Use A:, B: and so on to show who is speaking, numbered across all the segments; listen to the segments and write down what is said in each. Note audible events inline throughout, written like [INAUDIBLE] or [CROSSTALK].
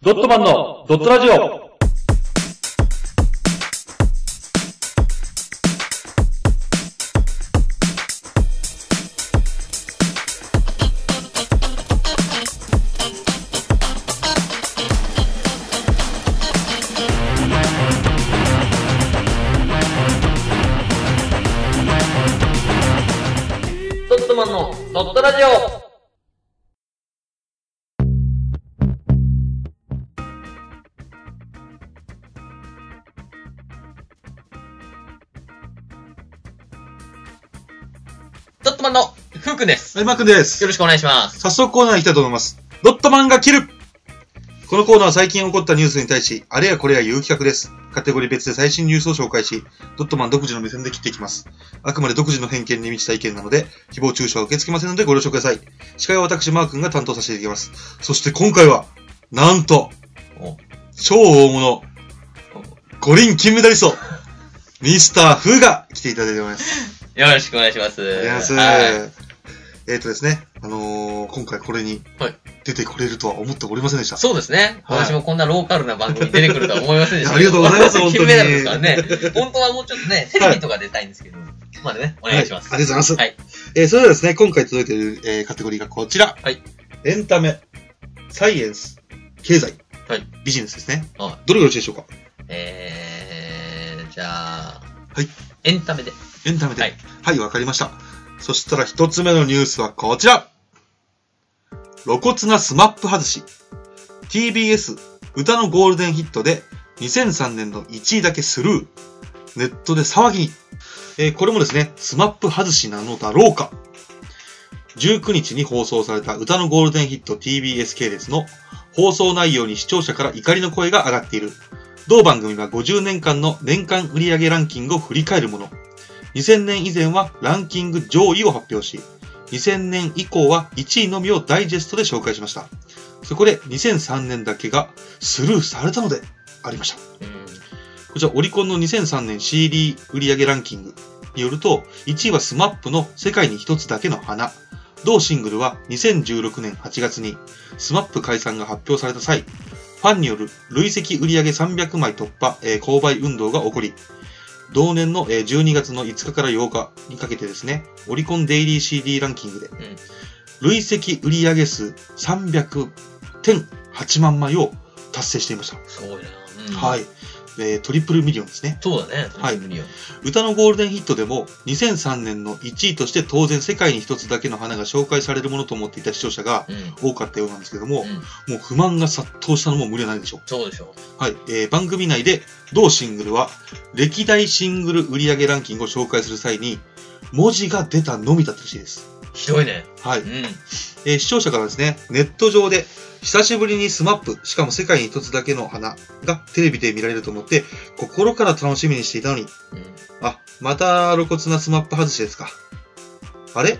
A: ドットマンのドットラジオ
B: ドットマンのドットラジオドットマンのふうくんです。
C: はい、マー君です
B: よ。ろしくお願いします。
C: 早速コーナーに行きたいと思います。ドットマンが切るこのコーナーは最近起こったニュースに対し、あれやこれや言う企画です。カテゴリー別で最新ニュースを紹介し、ドットマン独自の目線で切っていきます。あくまで独自の偏見に満ちた意見なので、誹謗中傷は受け付けませんのでご了承ください。司会は私、マー君が担当させていただきます。そして今回は、なんと
B: お、
C: 超大物、五輪金メダリスト、ミスター・フーが来ていただいております。
B: よろしくお願いします。
C: ありがとうござい
B: は
C: ます。えっ、とですね、あのー今回これに
B: はい
C: 出てこれるとは思っておりませんでした。
B: そうですね。
C: はい
B: 私もこんなローカルな番組に出てくるとは思いませんでしたけど。
C: [LAUGHS] いやありがとうございます本当に
B: [LAUGHS] 金メダルですからね。本当はもうちょっとね、テレビとか出たいんですけど、まあね、お願いします。
C: はいありがとうございます
B: はい。
C: えーそれではですね、今回届いている、えーカテゴリーがこちら。
B: はい
C: エンタメ、サイエンス、経済、
B: はい
C: ビジネスですね。
B: は
C: どれがよろしいでしょうか
B: えー、じゃあ、
C: はい。
B: エンタメで。
C: エンタメで。
B: はい。
C: はい、わ、かりました。そしたら一つ目のニュースはこちら。露骨なスマップ外し。TBS 歌のゴールデンヒットで2003年の1位だけスルー。ネットで騒ぎに。えーこれもですね、スマップ外しなのだろうか。19日に放送された歌のゴールデンヒット TBS 系列の放送内容に視聴者から怒りの声が上がっている。同番組は50年間の年間売上ランキングを振り返るもの。2000年以前はランキング上位を発表し、2000年以降は1位のみをダイジェストで紹介しました。そこで2003年だけがスルーされたのでありました。
B: うん
C: こちらオリコンの2003年 CD 売上ランキングによると、1位は SMAP の世界に一つだけの花。同シングルは2016年8月に SMAP 解散が発表された際、ファンによる累積売上300枚突破、えー購買運動が起こり、同年のえー12月の5日から8日にかけてですね、オリコンデイリー CD ランキングで、累積売上数300.8万枚を達成していました。
B: すごいな。うん
C: はい。。えートリプルミリオンですね。
B: そうだね。
C: はい
B: 無理よ
C: 歌のゴールデンヒットでも2003年の1位として当然世界に一つだけの花が紹介されるものと思っていた視聴者が
B: うん。
C: 多かったようなんですけども、
B: うん
C: もう不満が殺到したのも無理はないでしょう。
B: そうでしょ
C: はい、えー番組内で同シングルは歴代シングル売上ランキングを紹介する際に文字が出たのみだったらしいです。
B: う。ひどいね。。
C: はいう
B: ん。
C: えー視聴者からですね、ネット上で、久しぶりにスマップ、しかも世界に一つだけの花がテレビで見られると思って、心から楽しみにしていたのに、
B: うん
C: あ、また露骨なスマップ外しですか。あれ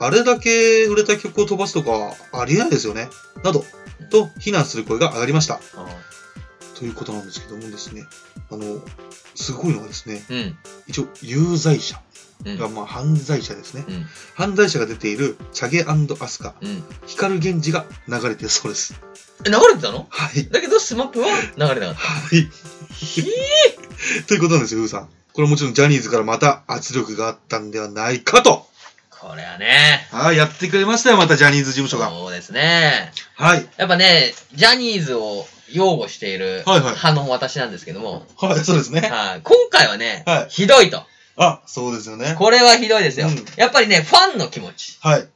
C: あれだけ売れた曲を飛ばすとかありえないですよね。など、と非難する声が上がりました。
B: あ
C: ということなんですけどもですね、あの、すごいのがですね、
B: ーうん。
C: 一応、有罪者
B: うん。
C: が、まあ、犯罪者ですね。
B: うん。
C: 犯罪者が出ている、チャゲアスカ、
B: うん。
C: 光源氏が流れてるそうです。
B: え、流れてたの
C: はい。
B: だけど、スマップは流れなかっ
C: はい。
B: た。ひー
C: [LAUGHS] ということなんですよ、ウーさん。これもちろんジャニーズからまた圧力があったんではないかと。
B: これはね。
C: はい、やってくれましたよ、またジャニーズ事務所が。
B: そうですね。
C: はい。
B: やっぱね、ジャニーズを擁護している
C: はいはい
B: 反応私なんですけども、
C: はい、そうですね。
B: はい今回はね、
C: はい
B: ひどいと。
C: あ、そうですよね。
B: これはひどいですよ。
C: うん
B: やっぱりね、ファンの気持ち、
C: はい。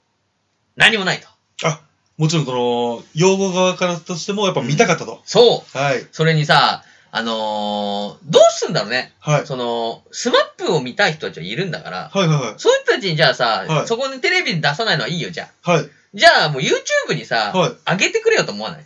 B: 何もないと。
C: あ、もちろんこの、用語側からとしても、やっぱ見たかったと。
B: そう。
C: はい。
B: それにさ、あのーどうすんだろうね。
C: はい。
B: その、スマップを見たい人たちはいるんだから、
C: はいはい
B: そういう人たちにじゃあさ、
C: はい
B: そこにテレビに出さないのはいいよ、じゃあ。
C: はい。はい。
B: じゃあもう YouTube にさ、
C: はい
B: 上げてくれよと思わない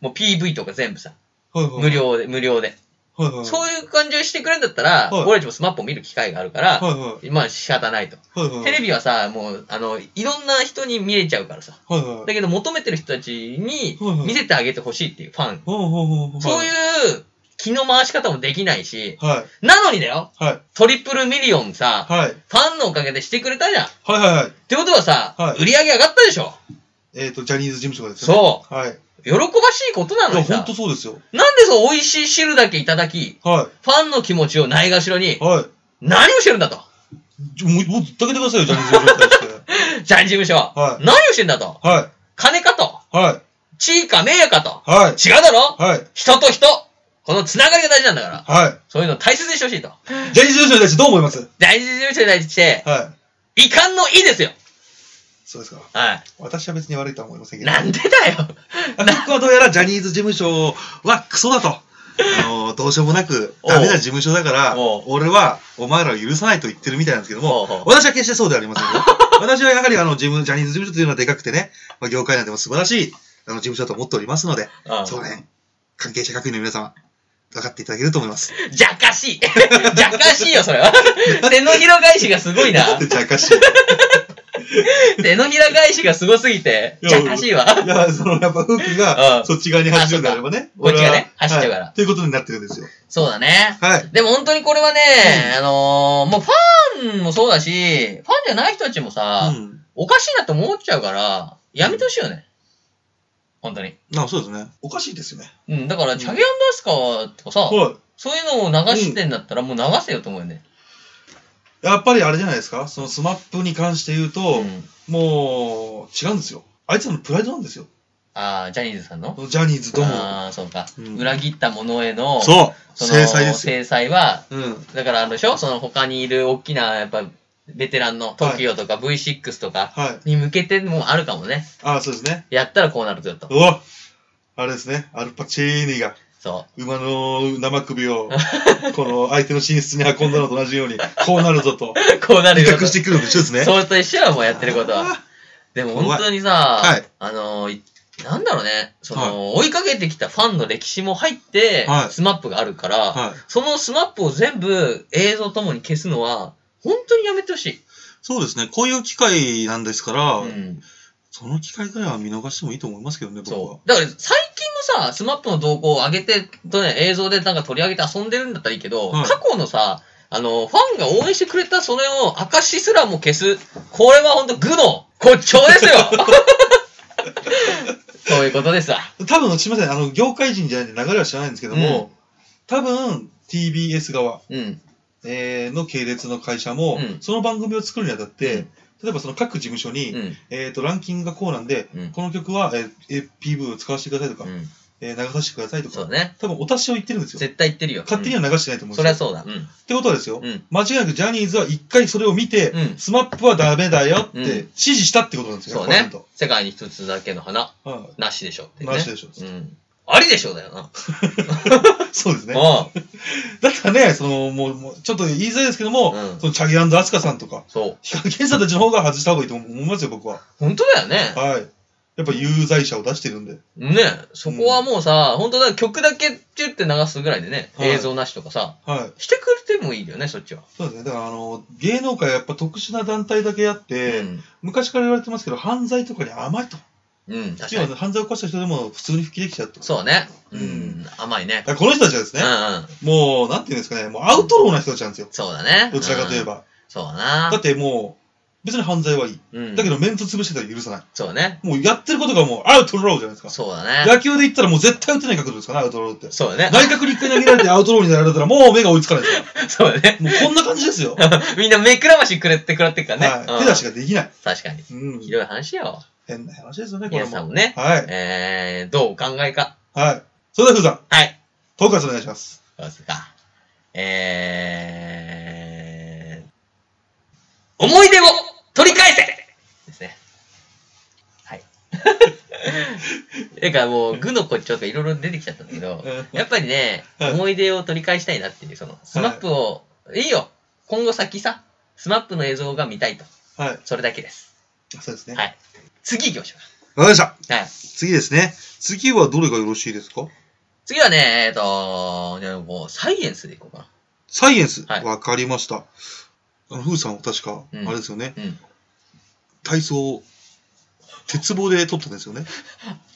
B: もう PV とか全部さ、
C: はいはい。
B: 無。料で、無料で。
C: はいはい。
B: そういう感じをしてくれるんだったら、
C: はい
B: 俺たちもスマップを見る機会があるから、
C: はいは
B: まあ仕方ないと。
C: い。はいはい。
B: テレビはさ、もう、あの、いろんな人に見れちゃうからさ。
C: はいはい。
B: だけど求めてる人たちに
C: はいはい
B: 見せてあげてほしいっていうファン。
C: ほうほうほうほう。。
B: そういうう気の回し方もできないし、
C: はい。
B: なのにだよ、
C: はい。
B: トリプルミリオンさ、
C: はい。
B: ファンのおかげでしてくれたじゃん。っ
C: はいはいはい。
B: てことはさ、
C: はい
B: 売り上げ上がったでしょ
C: えっと、ジャニーズ事務所がですね。。
B: そう
C: はい。
B: 喜ばしいことなの
C: いや、
B: に
C: ほん
B: さ
C: と。そうですよ。
B: なんでそう美味しい汁だけいただき、
C: は
B: ファンの気持ちをないがしろに
C: い。、はい。
B: 何をしてるんだと。
C: じゃもう、もう、ずっとけてくださいよ、ジャニーズ事務所に対して。
B: ジャニーズ事務所は。
C: はい
B: 何をしてんだと。
C: はい。
B: 金かと。
C: はい。
B: 地位か名誉かと。
C: はい。
B: 違うだろ
C: はい。
B: 人と人。このつながりが大事なんだから。
C: は
B: そういうのを大切にしてほしいと。
C: い。ジャニーズ事務所に対してどう思います
B: ジャニーズ事務所に対して、
C: はい。
B: 遺憾の意ですよ。
C: そうですか。
B: は
C: 私は別に悪いとは思いません
B: い。
C: けど。
B: なんでだよ。
C: あ僕はどうやらジャニーズ事務所はクソだと。あのどうしようもなく
B: おう
C: ダメな事務所だから
B: おう、
C: 俺はお前らを許さないと言ってるみたいなんですけど
B: おうおう
C: も、私は決してそうではありませんよ。私はやはりあの事務ジャニーズ事務所というのはでかくてね、まあ、業界内でも素晴らしいあの事務所だと思っておりますので、
B: うん
C: その辺、関係者各位の皆様、分かっていただけると思います。
B: じゃかしい。じゃかしいよ、それは。手のひら返しがすごいな。
C: なんでちゃかしい
B: 手のひら返しがすごすぎて、
C: い
B: じ
C: や
B: ゃかしい
C: [LAUGHS]
B: わ。
C: いや、その、やっぱ、フック
B: う
C: が、
B: ん
C: そっち側に走るんであればね。
B: そうかこっちがね
C: 俺は
B: 走っちゃうから
C: はいということになってるんですよ。
B: そうだね。
C: はい。
B: でも本当にこれはね、あのーもうファンもそうだし、ファンじゃない人たちもさ、
C: うん。
B: おかしいなと思っちゃうから、やめてほしいよね。本当に。
C: あ、そうですね。おかしいですよね。
B: うん、だか
C: う
B: ら、
C: ん
B: チャゲアンダースカーとかさ、
C: はい。
B: そういうのを流してんだったら、もう流せよと思うよね。
C: やっぱりあれじゃないですか、そのスマップに関して言うと、
B: ん
C: もう違うんですよ。あいつらのプライドなんですよ。
B: ああ、ジャニーズさんの
C: ジャニーズどうも。
B: ああ、そうか、
C: うん
B: 裏切った者への、
C: そう、
B: その
C: 制裁ですよ。
B: 制裁は、
C: うん。
B: だからあれでしょその他にいる大きな、やっぱ、ベテランの TOKIO とか V6 とか
C: はい。
B: に向けてもあるかもね。
C: ああ、そうですね。
B: やったらこうなるぞよと。
C: うわあれですね、アルパチーニが
B: そ
C: 馬の生
B: [LAUGHS]
C: 首をこの相手の寝室に運んだのと同じように、こうなるぞと、
B: う。 [LAUGHS] こうなる
C: 威
B: よと。
C: 嚇してくるのと一緒ですね。
B: それと一緒よ、もうやってることは。
C: あ
B: でも本当にさ、
C: はい
B: あのいなんだろうね、その、追いかけてきたファンの歴史も入って、
C: はい
B: スマップがあるから、
C: ーはい。
B: そのスマップを全部映像ともに消すのは、本当にやめてほしい。
C: そうですね、こういう機会なんですから、
B: うん。
C: その機会ぐらいは見逃してもいいと思いますけどね、僕は。
B: そう。だから最近のさ、スマップの動向を上げて、とね、映像でなんか取り上げて遊んでるんだったらいいけど、
C: はい
B: 過去のさ、あの、ファンが応援してくれたそれを証すらも消す。これは本当愚の骨頂ですよ
C: [LAUGHS]
B: そういうことですわ。
C: 多分、すみません、あの、業界人じゃないんで流れは知らないんですけども、多分、TBS 側、
B: うん。
C: えーの系列の会社も、
B: うん
C: その番組を作るにあたって、
B: うん
C: 例えばその各事務所に、
B: うん。
C: えっ、と、ランキングがこうなんで、
B: うん
C: この曲は、えーえー PV を使わせてくださいとか、
B: うん。
C: えー流させてくださいと
B: そう
C: か、
B: だね。
C: 多分お達しを言ってるんですよ。
B: 絶対言ってるよ。
C: 勝手に
B: うん
C: は流してないと思うん
B: そ
C: で
B: り
C: す
B: ゃ
C: よ。
B: そうだ。うん。
C: ってことはですよ、
B: うん。
C: 間違いなくジャニーズは一回それを見て、
B: うん
C: スマップはダメだよって
B: うん
C: 指示したってことなんですよ、
B: そうね
C: 100%。
B: 世界に一つだけの花、
C: は
B: なしでしょって
C: い
B: ね。
C: なしでしょ。
B: うん。ありでしょうだよな。
C: そうですね。
B: う
C: だからね、その、もう、もうちょっと言いづらいですけども、
B: うん
C: そのチャギアンドアスカさんとか、
B: ん。そう。
C: ヒカルケンさんたちの方が外した方がいいと思いますよ、僕は。
B: 本当だよね。
C: はい。やっぱ有罪者を出してるんで。
B: ねそこはもうさ、本当だ、曲だけチュって流すぐらいでね、
C: はい
B: 映像なしとかさ、
C: はい。
B: してくれてもいいよね、そっちは。
C: そうですね。だから、あの、芸能界はやっぱ特殊な団体だけあって、
B: うん。
C: 昔から言われてますけど、犯罪とかに甘いと。
B: うん、確
C: 要
B: か
C: は
B: に。
C: 犯罪を犯した人でも普通に復帰できちゃうと。だか
B: そうね。う
C: うん
B: ん、甘いね。
C: らこの人たちはです
B: う
C: ね
B: ん、うん。
C: もう、なんていうんですかね、もうアウトローな人たちなんですよ。
B: そうだね。
C: [LAUGHS] どちらかといえ
B: うん。
C: ば。
B: そうだ
C: だ
B: な
C: っ。てもう、別に犯罪はいい。
B: うん。
C: だけど、メンツ潰してたら許さな
B: そうね。
C: い。もうやってることがもうアウトローじゃないですか。
B: そうだね。
C: 野球で言ったらもう絶対打てない角度ですからね、アウトローって。
B: そうだね。
C: 内角に一回投げられてアウトローになられたらもう目が追いつかないですか
B: [LAUGHS] そうだね
C: ら。。もうこんな感じで
B: [LAUGHS]
C: すよ。
B: みんな目くらましくれってくらってっからね。
C: は
B: うん
C: い、手出しができない。
B: 確かに。
C: うん
B: ひ。どい話よ。
C: 変な話ですよね、これ
B: 皆
C: も。
B: さんもね。
C: はい。
B: えー、どうお考えか。
C: はい。それでは、ふうさん、
B: はい。
C: トークアスお願いします。
B: どうですか。えー、思い出を取り返せですね。はい。てかもう、具の骨頂とかいろいろ出てきちゃったんだけど、やっぱりね、
C: はい
B: 思い出を取り返したいなっていう、その、スマップを、い、いよ今後先さ、スマップの映像が見たいと。
C: はい。
B: それだけです。
C: そうですね。
B: はい。次行きましょ
C: わかりました。
B: う。はい。
C: 次ですね。次はどれがよろしいですか
B: 次はね、えっ、と、じゃあもう、サイエンスでいこうか
C: サイエンス。わ、
B: はい
C: かりました。あの、ふうさんは確か、
B: うん
C: あれですよね。
B: な。うん。
C: 体操、鉄棒で取ったんですよね。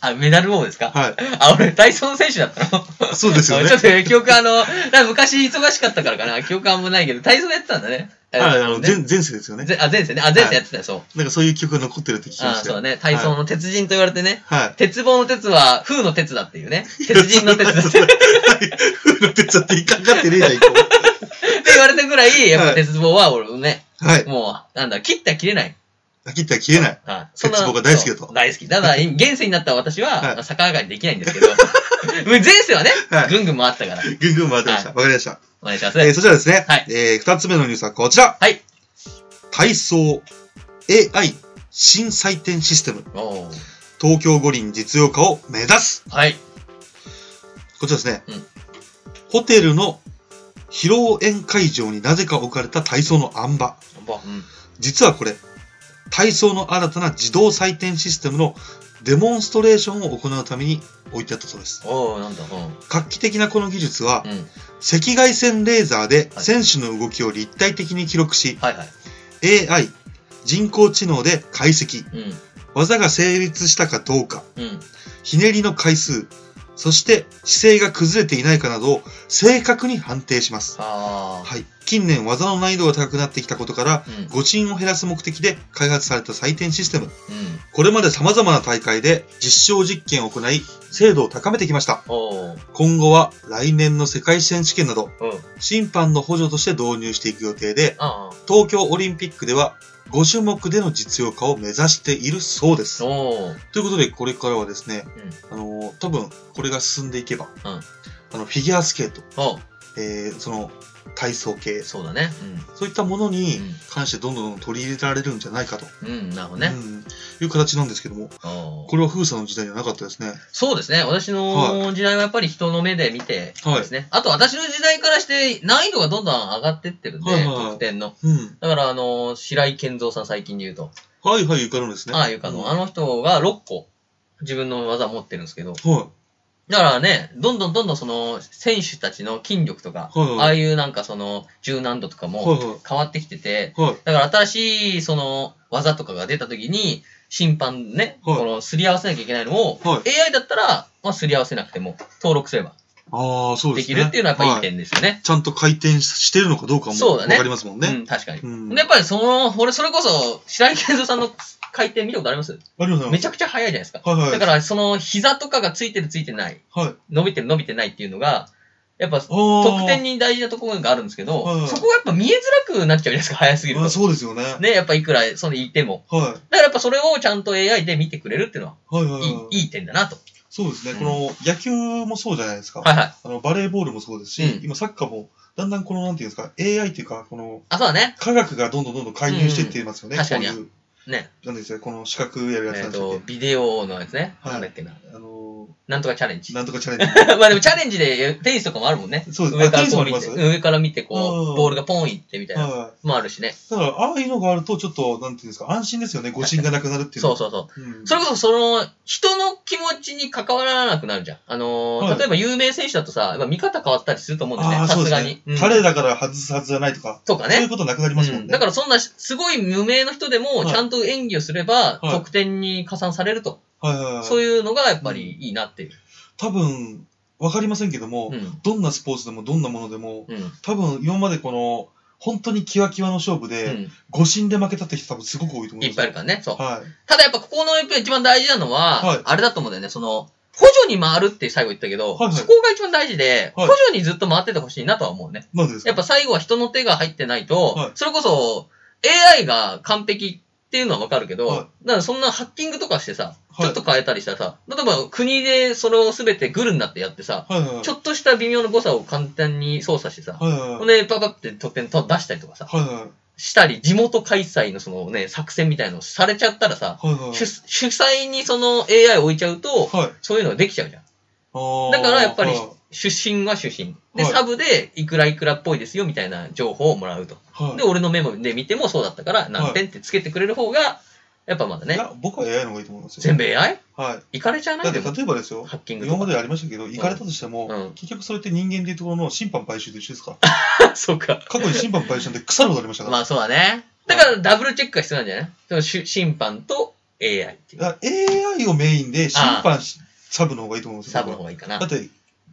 B: あ、メダル王ですか
C: はい。
B: [LAUGHS] あ、俺、体操の選手だったの
C: そうですよね
B: ちょっと記憶あの、なんか昔忙しかったからかな、記憶あんまないけど、体操やってたんだね。え
C: ああの、
B: ね
C: 前前世ですよね。
B: ぜあ、前世ね。あ、前世やってたよ、そう。
C: なんかそういう記憶が残ってるって聞きま
B: あ
C: し
B: ー
C: たよ
B: そう。ね。体操の鉄人と言われてね。
C: はい。
B: 鉄棒の鉄は、風の鉄だって
C: [LAUGHS]
B: いうね。鉄人の鉄だってって
C: 風の鉄だって引っかかってねえじゃん、一個も
B: 言われたぐらい、やっぱ
C: はい
B: 鉄棒は俺ね、
C: はい。
B: もう、なんだ、切ったら切れない。
C: 切ったら切れない。
B: はい
C: 鉄棒が大好きだと
B: そう大好き。ただ、現世になった私
C: は
B: は、逆上がりできないんですけど、
C: [LAUGHS]
B: 前世はね
C: は、い
B: ぐんぐん回ったから。
C: ぐんぐん回ってました。わ、かりました。
B: お願いします。
C: えー、そちらですね。
B: はい
C: えー、二つ目のニュースはこちら。
B: はい。
C: 体操 AI 新採点システム。
B: おー
C: 東京五輪実用化を目指す。
B: はい。
C: こちらですね。
B: うん
C: ホテルの披露宴会場になぜか置かれた体操のあん馬。
B: うん
C: 実はこれ、体操の新たな自動採点システムのデモンストレーションを行うために置いてあったそうです。
B: おーなんだ、うん
C: 画期的なこの技術は、
B: うん。
C: 赤外線レーザーで
B: はい
C: 選手の動きを立体的に記録し、
B: はいはい。
C: AI、人工知能で解析、
B: う
C: 技が成立したかどうか、
B: ん。うん。
C: ひねりの回数、そして姿勢が崩れていないかなどを正確に判定します。
B: あ
C: はい、近年技の難易度が高くなってきたことから、
B: ー。うん。うん。
C: 誤審を減らす目的で開発された採点システム。これまで様々な大会で実証実験を行い、精度を高めてきました。
B: おー
C: 今後は来年の世界選手権など、
B: うん。
C: 審判の補助として導入していく予定で、
B: あ
C: 東京オリンピックでは5種目での実用化を目指しているそうで
B: ー。
C: す。
B: おー
C: ということで、これからはですね、あのー多分これが進んでいけば、あのフィギュアスケート、
B: おー
C: えーその体操系、
B: そうだね。
C: そういったものに
B: うん
C: 関してどんどんどん取り入れられるんじゃないかと、
B: うん。うん、なるほどね
C: う。んいう形なんですけども、
B: おー
C: これは風さんの時代にはなかったですね。
B: そうですね。私の時代はやっぱり人の目で見て
C: はい
B: ですね。あと私の時代からして難易度がどんどん上がってってるんで、
C: はいはいはい
B: 得点の。
C: うん。
B: だからあの、白井健三さん最近で言うと、
C: はいはい、ゆかるんですね。
B: ああいうかの、あの人が6個自分の技持ってるんですけど、
C: うんは
B: だからね、どんどんどんどんその選手たちの筋力とか、
C: はいはい
B: ああいうなんかその柔軟度とか
C: い、は
B: も
C: い、は
B: 変わってきてて、
C: い、はい。
B: だから新しいその技とかが出た時に、審判ね、
C: はい
B: このすり合わせなきゃいけないのを、
C: は
B: AI だったら、まあ、すり合わせなくても、登録すれば
C: ああ、そうで
B: ですき
C: ね。
B: るっていうのはやっぱいい
C: は
B: 点ですよね。
C: ちゃんと回転ししてるのかどうかも
B: そうだね
C: わかりますもんね。
B: うん、確かに。
C: うん
B: で、やっぱりその、俺それこそ、白井健三さんの回転見たことあります
C: ありがとうございます。
B: めちゃくちゃ速いじゃないですか。
C: はいはい。
B: だから、その、膝とかがついてるついてない、
C: はい。
B: 伸びてる伸びてないっていうのが、やっぱ、
C: 得
B: 得点に大事なところがあるんですけど
C: はいは、い
B: そこがやっぱ見えづらくなっちゃうじゃないですか、速すぎる
C: あ
B: と。
C: そうですよね。
B: ね、やっぱいくら、その、いても。
C: はい。
B: だからやっぱそれをちゃんと AI で見てくれるっていうのは、
C: はいはい
B: い
C: はい。
B: い、いい点だなと。
C: そうですね。
B: うん
C: この野球もそうじゃないですか。
B: はいはい。
C: あのバレーボールもそうですし、
B: うん
C: 今サッカーもだんだんこのなんていうんですか、AI っていうか、この
B: あ、そうだね。
C: 科学がどんどんどんどん介入していっていますよね。
B: うん確かに
C: こういう、
B: ね。
C: なんですよ、この資格やる
B: えっ、
C: やつなんです
B: と
C: よ、。
B: ビデオのやつね。
C: は
B: な
C: い
B: んだっけな。
C: あの
B: なんとかチャレンジ
C: ー、。なんとかチャレンジ。
B: [LAUGHS] まあでもチャレンジでテニスとかもあるもんね。
C: そうです。
B: 上
C: あ、テ
B: から
C: ニス
B: こう
C: もあり
B: 見
C: ま
B: て、
C: す
B: 上から見てこ
C: うん
B: う、ボールがポンいってみたいな。
C: は
B: もあるしね。
C: い。だから、ああいうのがあると、ちょっと、なんていうんですか、安心ですよね。誤信がなくなるっていうの
B: そう
C: は。
B: そうそう。
C: うそう。
B: それこそその、人の気持ちに関わらなくなるじゃん。あのー
C: はい
B: 例えば有名選手だとさ、やっぱ見方変わったりすると思うんだよ
C: あ
B: ね。
C: あ、
B: さ
C: そう
B: す
C: で
B: が
C: すね
B: に。うん。
C: 彼らから外すはずじゃないとか、
B: とか
C: そういう
B: ね。
C: ことなくなりますも
B: うんん、
C: ね
B: だ。からそんな、すごい無名の人でも、
C: はい
B: ちゃんと演技をすれば、
C: はい
B: 得点に加算されると。
C: はいはいはい。
B: そういうのがやっぱりいいなっていう。
C: 多分、わかりませんけども、
B: うん。
C: どんなスポーツでもどんなものでも、
B: うん。
C: 多分今までこの、本当にキワキワの勝負
B: う
C: で、
B: ん
C: 誤審で負けたって人多分すごく多いと思い
B: い
C: ま
B: っ
C: す。
B: ぱいいるからね。そう。
C: はい。
B: ただやっぱここのやっぱ一番大事なのは、
C: はい
B: あれだと思うんだよね、その、補助に回るって最後言ったけど、
C: はいはい
B: そこが一番大事で、
C: はい
B: 補助にずっと回っててほしいなとは思うね。
C: なんでですか
B: やっぱ最後は人の手が入ってないと、
C: はい
B: それこそ AI が完璧っていうのはわかるけど、
C: はい
B: だからそんなハッキングとかしてさ、
C: はい
B: ちょっと変えたりしたらさ、例えば国でそれを全てグルになってやってさ、
C: はいはいはい。
B: ちょっとした微妙な誤差を簡単に操作してさ、
C: はいはいは
B: ほん
C: い。
B: でパパって得点と出したりとかさ、
C: はいはい
B: したり、地元開催のそのね、作戦みたいなのをされちゃったらさ、
C: はいはい。
B: 主主催にその AI を置いちゃうと、
C: はい。
B: そういうのができちゃうじゃん。
C: あー
B: だからやっぱり
C: はい
B: 出身は出身。で、
C: はい
B: サブでいくらいくらっぽいですよみたいな情報をもらうと。
C: はい
B: で、俺のメモで見てもそうだったから、何点ってつけてくれる方が、やっぱまだ
C: い
B: ね、
C: や、僕は AI の方がいいと思いますよ。
B: 全部 AI?
C: はい
B: かれちゃわ
C: い。
B: な
C: だ
B: い
C: っ
B: で
C: て
B: も
C: 例えばですよ、
B: ハッキング
C: 今
B: と
C: ま
B: か。
C: でありましたけど、行かれたとしても、
B: うん
C: 結局それって人間でいうところの審判買収と一緒ですから。
B: [LAUGHS] そうか。
C: 過去に審判買収なんて腐るほどありましたか
B: [LAUGHS]
C: ら。
B: まあそうだね。だからダブルチェックが必要なんじゃないその主審判と AI っていう。
C: だから AI をメインで審判しサブの方がいいと思うんですよ。
B: サブの方
C: 僕は
B: がいいかな
C: だ。って、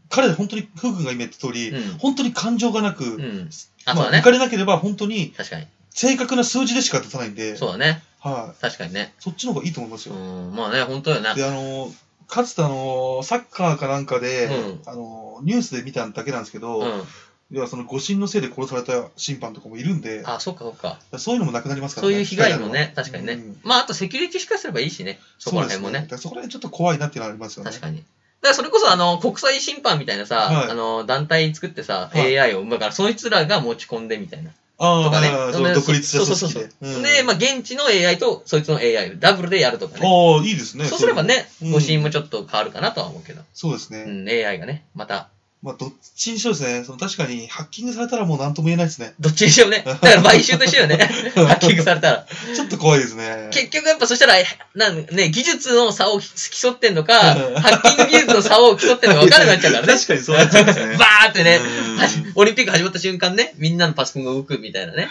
C: 彼ら本当に、フグ君が今言った通り、
B: うん
C: 本当に感情がなく、
B: うん。あ、そうだ
C: まあ、
B: ね
C: 受。かれなければ本当に
B: 確かに。
C: 正確な数字でしか出さないんで、
B: そうだね。
C: はい、
B: 確かにね。
C: そっちの方がいいと思います
B: う
C: よ。
B: ん、まあね、本当だよ [LAUGHS] ね。
C: で、あの、かつてあの、サッカーかなんかで、
B: うん
C: あの、ニュースで見ただけなんですけど、
B: う
C: 要はその誤審のせいで殺された審判とかもいるんで、
B: ん。あ、そっかそっか。
C: そういうのもなくなりますから
B: そういう被害もね、
C: 機
B: 確
C: 会
B: か
C: あ
B: に
C: るの
B: ね
C: うん。
B: まあ、あとセキュリティしかすればいいしね。そこら辺も
C: そうです
B: ね
C: だ。からそこら辺ちょっと怖いなっていうのはありますよね。
B: 確かに。だからそれこそあの国際審判みたいなさ、
C: はい
B: あの団体作ってさ、
C: はい
B: AI を、だからそいつらが持ち込んでみたいな。
C: ああ、
B: とか
C: はい
B: ね
C: はいはい、そ
B: そ
C: の
B: う
C: 独立した組織
B: そう
C: で
B: そう。で、まあ現地の AI とそいつの AI をダブルでやるとかね。
C: ああ、いいですね。
B: そうすればね、
C: うん
B: 誤信もちょっと変わるかなとは思うけど。
C: そういうの。そうです
B: う
C: ね。
B: ん、AI がね、また、
C: まあ、どっちにしろですね、その確かにハッキングされたらもう何とも言えないですね。
B: どっちにしよう
C: [LAUGHS]
B: ね。だから買収と一緒よね。ハッキングされたら。
C: ちょっと怖いですね。
B: 結局やっぱそしたら、なんね、技術の差を競ってんのか、
C: うん
B: ハッキング技術の差を競ってんのか分からなくなっちゃうからね。
C: [LAUGHS] 確かにそうなっちゃいま
B: [LAUGHS]
C: すね。
B: バーってね
C: うん、
B: はじオリンピック始まった瞬間ね、みんなのパソコンが動くみたいなね。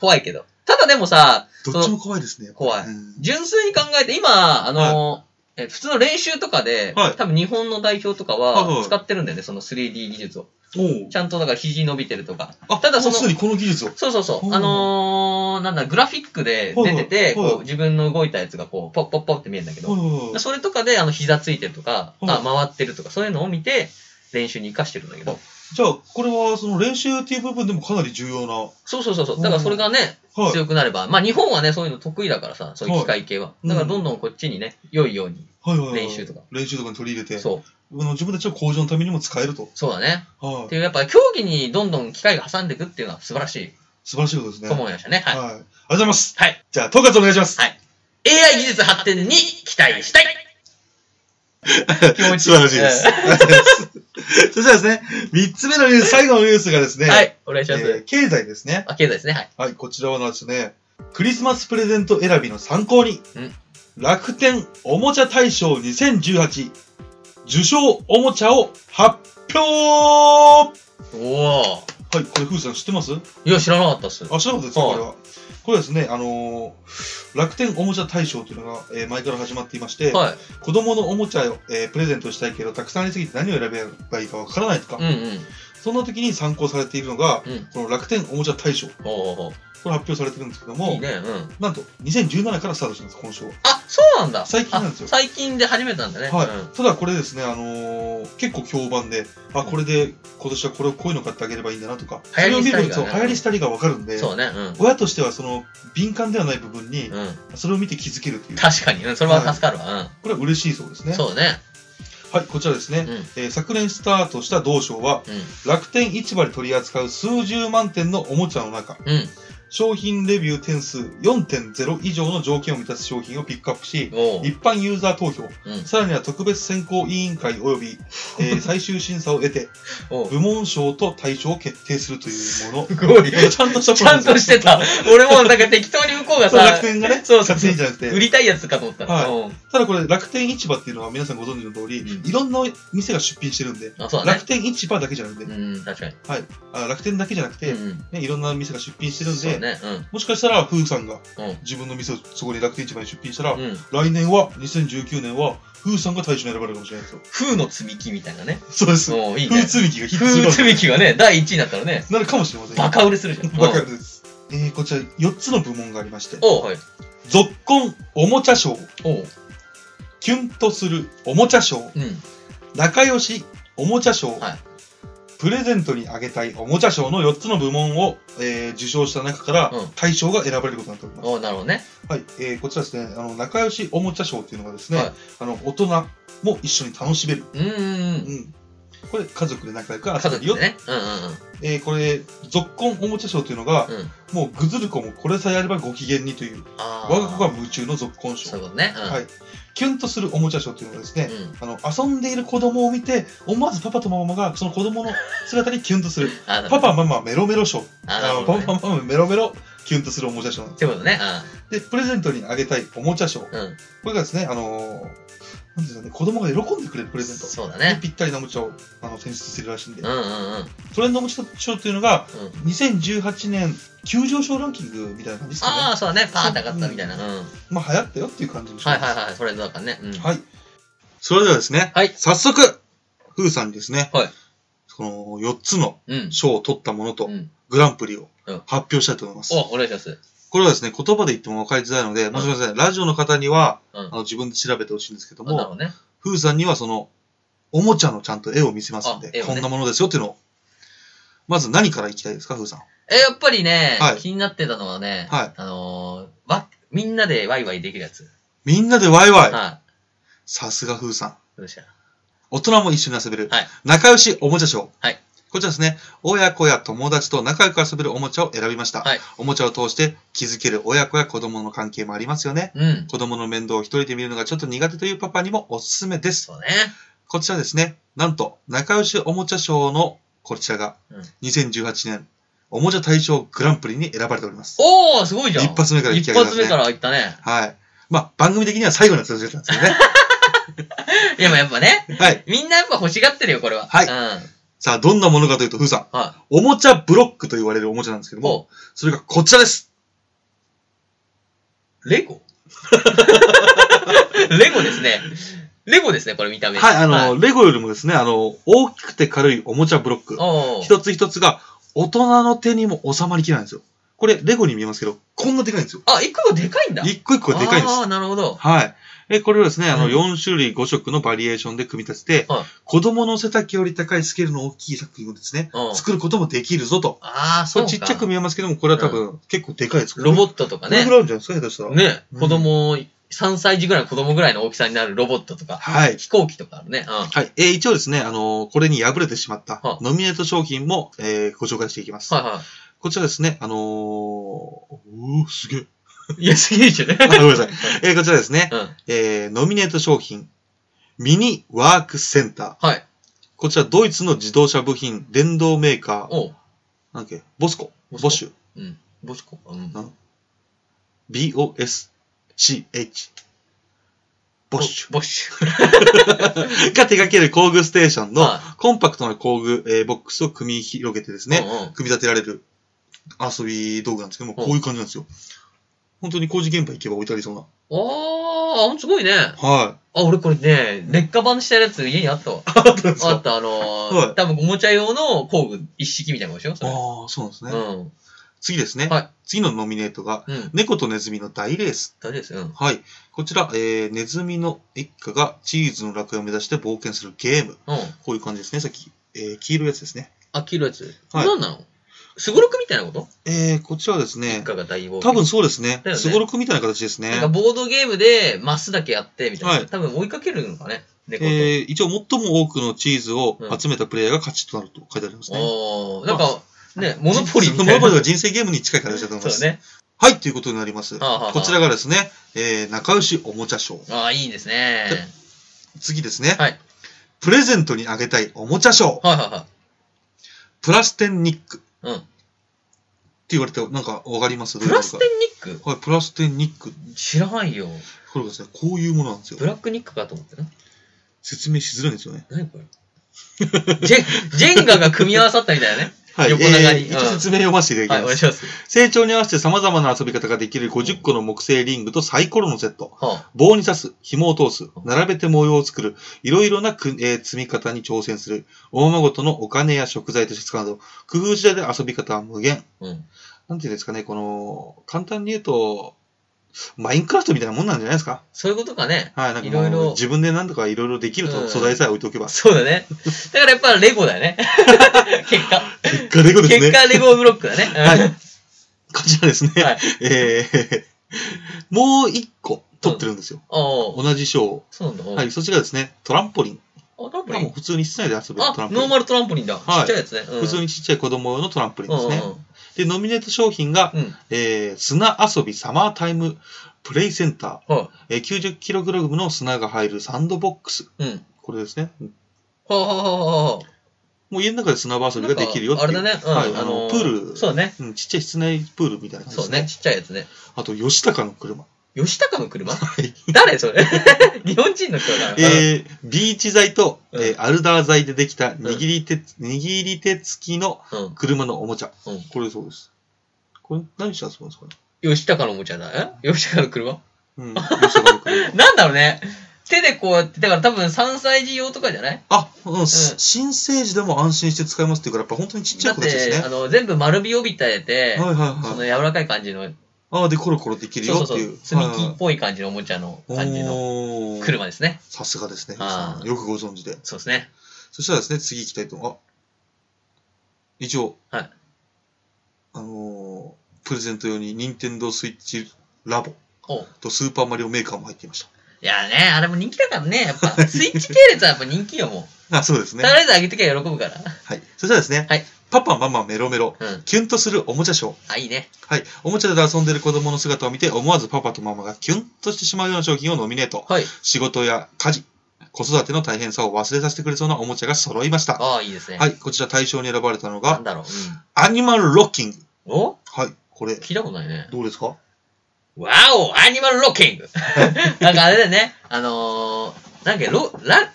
B: 怖いけど。ただでもさ、
C: どっちも怖いですね。
B: 怖い
C: うん
B: 純粋に考えて、今、あの、え普通の練習とかで、
C: はい
B: 多分日本の代表とか
C: はいは
B: はい使ってるんだよね、その 3D 技術を。
C: おう
B: ちゃんとだから肘伸びてるとか。
C: あ、
B: ただその
C: もうすでにこの技術を。
B: そうそうそうう。
C: ん
B: あのー、なんだ、グラフィックで出てて、
C: はいはいはい
B: こう自分の動いたやつがこう、ポッポッポッって見えるんだけど、
C: うん
B: それとかで、あの、膝ついてるとか、
C: はい
B: あ回ってるとか、そういうのを見て、練習に活かしてるんだけど。
C: じゃあ、これはその練習っていう部分でもかなり重要な。は
B: そうそうそうそう。だからそれがね、
C: い。
B: 強くなれば、まあ日本はね、そういうの得意だからさ、そういう機械系は。
C: い
B: だからどんどんこっちにね、良いように。
C: はいはいはい
B: 練習とか。
C: 練習とかに取り入れて、
B: そう、
C: あの自分たちの向上のためにも使えると。
B: そうだね。
C: は
B: っ
C: い。
B: ていう、やっぱ競技にどんどん機械が挟んでいくっていうのは素晴らし
C: 素晴らしいことです
B: い
C: ね。
B: と思いましたね。はい。
C: はい。ありがとうございます。
B: はい。
C: じゃあ、統括お願いします。
B: はい AI 技術発展に期待したい
C: [LAUGHS] 素
B: 気持ちいい [LAUGHS]
C: 晴らしいです。そしたらですね、3つ目のニュース、最後のニュースがですね、
B: はい、お願いし
C: え
B: ます。
C: ー経済ですね。
B: あ、経済ですね。はい。
C: はい、こちらはですね、クリスマスプレゼント選びの参考に
B: うん、
C: 楽天おもちゃ大賞2018受賞おもちゃを発表は
B: おお。
C: い、これ、ふーさん知ってます
B: いや、知らなかったっす。
C: あ、知らなかったですか、これは。これはですね、あのー楽天おもちゃ大賞というのが、えー前から始まっていまして、
B: はい。
C: 子供のおもちゃを、えープレゼントしたいけど、たくさんありすぎて何を選べばいいかわからないとか、
B: うんうん。
C: そんな時に参考されているのが、
B: うん。
C: この楽天おもちゃ大賞、こ
B: おー
C: れ発表されてるんですけど
B: おー。い
C: も
B: い、ね。うん。
C: なんと2017からスタートしたんです、この賞は。
B: あ、そうなんだ。
C: 最近なんですよ
B: あ最近で始めたんだね。
C: はい
B: うん
C: ただこれですね、あのー結構評判で、あ、これで今年はこれをこういうの買ってあげればいいんだなとか、そ
B: 流
C: れ
B: 行
C: を
B: り
C: 見
B: 廃り
C: る
B: が
C: と、
B: ね
C: 流行りしたりがわかるんで、
B: そうね。うん。
C: 親としてはその敏感ではない部分に、
B: うん。
C: それを見て気づけるという、
B: 確かに。うんそれは助かるわ。
C: これは嬉しいそうです
B: うん。
C: ね。
B: そうね。
C: はい、こちらですね、
B: うん。
C: えー昨年スタートした同賞は、
B: う
C: 楽天市場で取り扱う数十万点のおもちゃの中、
B: ん。うん。
C: 商品レビュー点数4.0以上の条件を満たす商品をピックアップし、
B: おう
C: 一般ユーザー投票、
B: うん
C: さらには特別選考委員会及び、え
B: [LAUGHS]
C: ー最終審査を得て、
B: おう
C: 部門賞と大賞を決定するというもの。
B: すごい。
C: ちゃんとした
B: ちゃんとしてた。俺もなんか適当に向こうが
C: そう
B: さ
C: 楽、天がね、
B: そうそう
C: 楽天じゃなく
B: 売
C: て。
B: りたいやつかと思ったら。
C: はい
B: うん
C: ただこれ、楽天市場っていうのは皆さんご存知の通り、
B: うん
C: いろんな店が出品してるんで、
B: あ、そうだね
C: 楽。天市場だけじゃなくて、
B: うん、確かに。
C: あ楽天だけじゃなくて、
B: うんうん
C: ね、いろんな店が出品してるん
B: そう
C: で、
B: ね。
C: もしかしたら、夫婦さんが
B: うん。
C: 自分の店をそこに楽天市場に出品したら、
B: うん。うん。
C: 来年は、2019年は、夫婦さんが大賞に選ばれるかもしれないですよ。
B: 風の積み木みたいなね。
C: そうです。
B: おういい
C: 風
B: ね。
C: 積み木がヒットする
B: 風
C: かもし
B: 積
C: れ
B: み木がね、第1位になったらね、
C: なるかもしれませんよ。
B: バカ売れするじゃん。
C: バカ
B: うん
C: です。えー、こちら4つの部門がありまして、
B: おうはい。
C: 続婚おもちゃ賞、
B: おう。
C: キュンとするおもちゃ賞、
B: うん。
C: 仲良しおもちゃ賞、
B: はい
C: プレゼントにあげたいおもちゃ賞の4つの部門を、えー受賞した中から
B: うん
C: 大賞が選ばれることになっております。
B: おうなるほどね。
C: はい、えーこちらですね、あの仲良しおもちゃ賞っていうのがですね、
B: はい
C: あの大人も一緒に楽しめる。
B: うー。
C: うんんこれ家族で仲良く
B: 家
C: 遊べ
B: 族
C: るよ。
B: でね。うんうんうん。
C: えーこれ、続婚おもちゃ賞というのが、
B: うん
C: もうぐずる子もこれさえあればご機嫌にという、
B: あー
C: 我が子が夢中の続婚賞。
B: そういうことね。うん
C: はい、キュンとするおもちゃショーというのはですね、
B: うん
C: あの遊んでいる子供を見て思わずパパとママがその子供の姿にキュンとする
B: あ
C: パパママメロメロ賞
B: あなる
C: あの
B: ほど
C: パ
B: ね
C: パママメロメロキュンとするおもちゃショーなんで
B: ってことね。
C: すでプレゼントにあげたいおもちゃショーこ
B: うん。うん。
C: れがですねあのーなんていうんですかね子供が喜んでくれるプレゼント
B: そうだ
C: に
B: ね。
C: ぴったりなおもちゃをあの選出してるらしいんで、
B: うんうんうん。
C: トレンドおもちゃ賞というのが
B: うん
C: 2018年急上昇ランキングみたいな感じですか
B: あ
C: ね
B: あ、そうだね。パーンって上がったみたいな。うん。はい
C: まあ流行ったよっていう感じの賞
B: は
C: で
B: い
C: す
B: はい。トレンドだからね。うん。
C: はい。それではですね、
B: はい
C: 早速、ふーさんにですね、
B: はい
C: その4つの
B: うん。
C: 賞を取ったものと、
B: うん。
C: グランプリを
B: うん
C: 発表したいと思います。
B: お、お願いします。
C: これはですね、言葉で言っても分かりづらいので、もしかしたらラジオの方には、
B: うん
C: あの自分で調べてほしいんですけど
B: なる
C: も、
B: ほどね。
C: ふうさんにはその、おもちゃのちゃんと絵を見せますんで、
B: あ絵をね
C: こんなものですよっていうのを。まず何からいきたいですか、ふうさん。
B: え、やっぱりね、
C: はい
B: 気になってたのはね、
C: はい
B: あのーわ、みんなでワイワイできるやつ。
C: みんなでワイワイ。
B: は
C: さすがふうさん。
B: い。どうした
C: 大人も一緒に遊べる。
B: はい
C: 仲良しおもちゃショー。
B: はい
C: こちらですね、親子や友達と仲良く遊べるおもちゃを選びました。
B: はい
C: おもちゃを通して気づける親子や子供の関係もありますよね。
B: うん。
C: 子供の面倒を一人で見るのがちょっと苦手というパパにもおすすめです。
B: そうね。
C: こちらですね、なんと、仲良しおもちゃ賞のこちらが
B: うん、
C: 2018年、おもちゃ大賞グランプリに選ばれております。
B: おー、すごいじゃん。
C: 一発目から行き
B: 一
C: 上げたん
B: 発
C: ですね
B: 目から行ったね。
C: はい。まあ、番組的には最後のやつを教えたんです
B: い
C: け
B: や、まあやっぱね、 [LAUGHS]
C: どね。はい。
B: みんなやっぱ欲しがってるよ、これは。
C: はい
B: うん。は
C: さあ、どんなものかというと、ふうさん、
B: い。
C: おもちゃブロックと言われるおもちゃなんですけども、
B: お、
C: それがこちらです。
B: レ
C: [LAUGHS]
B: ゴレゴですね。レゴですね、これ見た目。
C: はい、あの、
B: はい、
C: レゴよりもですね、あの、大きくて軽いおもちゃブロック。
B: おー
C: 一つ一つが、大人の手にも収まりきらないんですよ。これ、レゴに見えますけど、こんなでかいんですよ。
B: あ、一個がでかいんだ。
C: 一個一個がでかいんです
B: あ。あ、なるほど。
C: はい。え、これをですね、あ
B: う
C: の、
B: ん
C: 4種類5色のバリエーションで組み立てて、
B: はい
C: 子供の背丈より高いスケールの大きい作品をですね、
B: うん。
C: 作ることもできるぞと。
B: ああ、
C: こ
B: そう
C: れ
B: か。
C: ちっちゃく見えますけども、これは多分、結構でかいです
B: ロボ
C: ッ
B: ットとか
C: トね。これ
B: ね
C: ぐ。らいあるんじゃないですか、下手したら。
B: ね、
C: うん
B: 子供、3歳児ぐらいの子供ぐらいの大きさになるロボットとか、
C: はい。
B: 飛行機とかあるね。うん。
C: はい。えー一応ですね、あのーこれに敗れてしまった
B: は、
C: ノミネート商品も、えーご紹介していきます。
B: はいは
C: こちらですね、あのー、うー、すげえ。 [LAUGHS]
B: い。いや、すげえじゃね。
C: あごめんなさい。えーこちらですね、
B: うん。
C: えーノミネート商品、ミニワークセンター。
B: はい。
C: こちら、ドイツの自動車部品、電動メーカー、
B: おう。
C: なんだっけ、ボスコ、
B: ボスコ
C: ボッシュ、
B: うん。ボスコうん。
C: BOSCH、ボッシ
B: ボッシュ。
C: ュが手掛ける工具ステーションの
B: は
C: コンパクトな工具、えーボックスを組み広げてですね、
B: うんうん
C: 組み立てられる遊び道具なんですけども、
B: うん
C: こういう感じなんですよ。本当に工事現場行けば置いてありそうな。
B: おー、あすごいね。
C: は
B: あ、俺これね、劣化版してるやつ家にあったわ。
C: [LAUGHS] い。あったんです
B: あっ
C: か
B: た、あのー
C: は、い
B: 多分おもちゃ用の工具一式みたいなもんでしょそれ
C: ああ、そうなんですね。
B: うん。
C: 次ですね。
B: はい
C: 次のノミネートが、
B: うん。
C: 猫とネズミの大レース。
B: 大丈夫ですよ。うん。
C: はい。こちら、えー、ネズミの一家がチーズの楽園を目指して冒険するゲーム。
B: うん。
C: こういう感じですね。さっき、えー、黄色いやつですね。
B: あ、黄色いやつ。
C: はい
B: 何なのすごろくみたいなこと
C: えー、こちらはです
B: 一
C: ね、
B: 家が大冒険。
C: 多分そうですね
B: だ。よね
C: すごろくみたいな形です
B: なん
C: ね
B: か。ボードゲームでマスだけやってみたいな。
C: はい
B: 多分追いかけるのかね。
C: え
B: 猫と。
C: ー、一応最も多くのチーズを集めたプレイヤーが勝ちとなると書いてありますね。
B: おー
C: ま
B: な
C: あ
B: んか、ね、モノポリーみ
C: の
B: た
C: モノ
B: い
C: ポリ
B: な。
C: は人生ゲームに近い形だと思いま
B: そう
C: す。
B: ね。
C: はい、ということになります。
B: ああはあ
C: こちらがですね、えー、仲良しおもちゃ賞。
B: ああ、いいですね。
C: 次ですね。
B: はい
C: プレゼントにあげたいおもちゃ賞。
B: はいはいはい。
C: プラステンニック。
B: うん
C: って言われて、なんかわかります
B: プラステ
C: ン
B: ンニッ
C: はい、プラステンニック。
B: ク知らないよ。
C: これがですね、こういうものなんですよ
B: ブ。ラックニックかと思ってな。
C: 説明しづらいんですよね。
B: 何これジェジェンガ [LAUGHS] が組み合わさったみたいなね。
C: はい、
B: 横長に
C: えー
B: うん
C: 一応説明を読ませていた
B: は
C: だ
B: い、お
C: きま
B: 願い
C: す。
B: します。
C: 成長に合わせて様々な遊び方ができる50個の木製リングとサイコロのセット。
B: は
C: 棒に刺す、紐を通す、並べて模様を作る、いろいろなく、えー積み方に挑戦する、大間ごとのお金や食材として使うなど、工夫次第で遊び方は無限。
B: あ、うん。
C: なんていうんですかね、この、簡単に言うと、マインクラフトみたいなもんなんじゃないですか。
B: そういうことかね。
C: はい、なんか
B: いろいろ
C: もう自分で何とかいろいろできる
B: う
C: と
B: ん
C: 素材さえ置いておけば。
B: そうだね。だからやっぱレゴだよね。 [LAUGHS] 結果。
C: 結果でごです
B: 結
C: ね。
B: 果レゴブロックだね。
C: はい
B: うん
C: こちらですね。
B: はい
C: えーもう一個取ってるんですよ。
B: おー
C: 同じ賞を。
B: そうなんだ。おー
C: はい、そちらですね、トランポリン。
B: あ、トランポ
C: まあ
B: リ
C: もう
B: ン。
C: 普通に室内で遊べるトラ
B: あ
C: ン、ポ
B: ノ
C: リ
B: ー
C: ン。
B: マルトランポリンだ。ち
C: はい
B: っちゃいやつね。うん
C: 普通にちっちゃい子供用のトランポリンですね。
B: うんうんうん
C: で、ノミネート商品が、
B: うん。
C: えー砂遊びサマータイムプレイセンタ
B: は
C: ー、えー 90kg の砂が入るサンドボックス。
B: い。うん。
C: これですね。
B: はあ、はあはあはあ、
C: もう家の中で砂場遊びができるよって
B: ないん
C: う。
B: かあれだね。うん、
C: はい、あの、プール。
B: そうだね。
C: うん、ちっちゃい室内プールみたいな感じで
B: そう
C: すね。
B: ね。ちっちゃいやつね。
C: あと、吉高の車。
B: 吉高の車誰それ [LAUGHS] 日本人の人だな。
C: えー、ビーチ材と、
B: うん
C: えーアルダー材でできた握り手、握り手付きの
B: うん
C: 車のおもちゃ。
B: うん
C: これそうです。これ、何して遊ぶんですかね
B: 吉高のおもちゃだ。え吉高の車
C: [LAUGHS] うん、吉高の車。
B: なんだろうね。手でこうやって、だから多分3歳児用とかじゃない
C: あ、うん、し新生児でも安心して使えますっていうから、やっぱ本当にちっちゃ
B: だ
C: い
B: っ
C: 子たちです
B: て、
C: ね。
B: あ
C: はい
B: の、全部丸みを帯びたえて、
C: はい
B: そ
C: は
B: の
C: い。
B: 柔らかい感じの、
C: ああ、で、コロコロできる
B: そう
C: よ
B: そう
C: って
B: そ、
C: いうう。
B: 積み木っぽい感じのおもちゃの
C: はいはい
B: 感じの
C: おー
B: 車ですね。
C: さすがですね。
B: あー
C: よくご存知で。
B: そうですね。
C: そしたらですね、次行きたいと思う。あ、一応、
B: はい
C: あのープレゼント用に Nintendo Switch Labo
B: おう
C: とスーパーマリオメーカーも入っていまし
B: いやね、あれも人気だからね、やっぱ。スイッチ系列はやっぱ人気よ、も
C: た。あ、そうです
B: う。
C: [LAUGHS] ね。
B: とりあえずあげてきゃ喜ぶから。
C: はい。そしたらですね、
B: はい
C: パパ、ママ、メロメロ、
B: うん。
C: キュンとするおもちゃショー。
B: あ、いいね。
C: はい。おもちゃで遊んでる子供の姿を見て、思わずパパとママがキュンとしてしまうような商品をノミネート。
B: はい。
C: 仕事や家事、子育ての大変さを忘れさせてくれそうなおもちゃが揃いました。
B: ああ、いいですね。
C: はい。こちら大賞に選ばれたの
B: な
C: が
B: ん、だろう。
C: アニマルロッキング。
B: うん。お
C: はい。これ、
B: 聞いたことないね。
C: どうですか
B: わおアニマルロッ
C: [LAUGHS]
B: キングなんかあれだよね。あのー、なんかロ、ラ、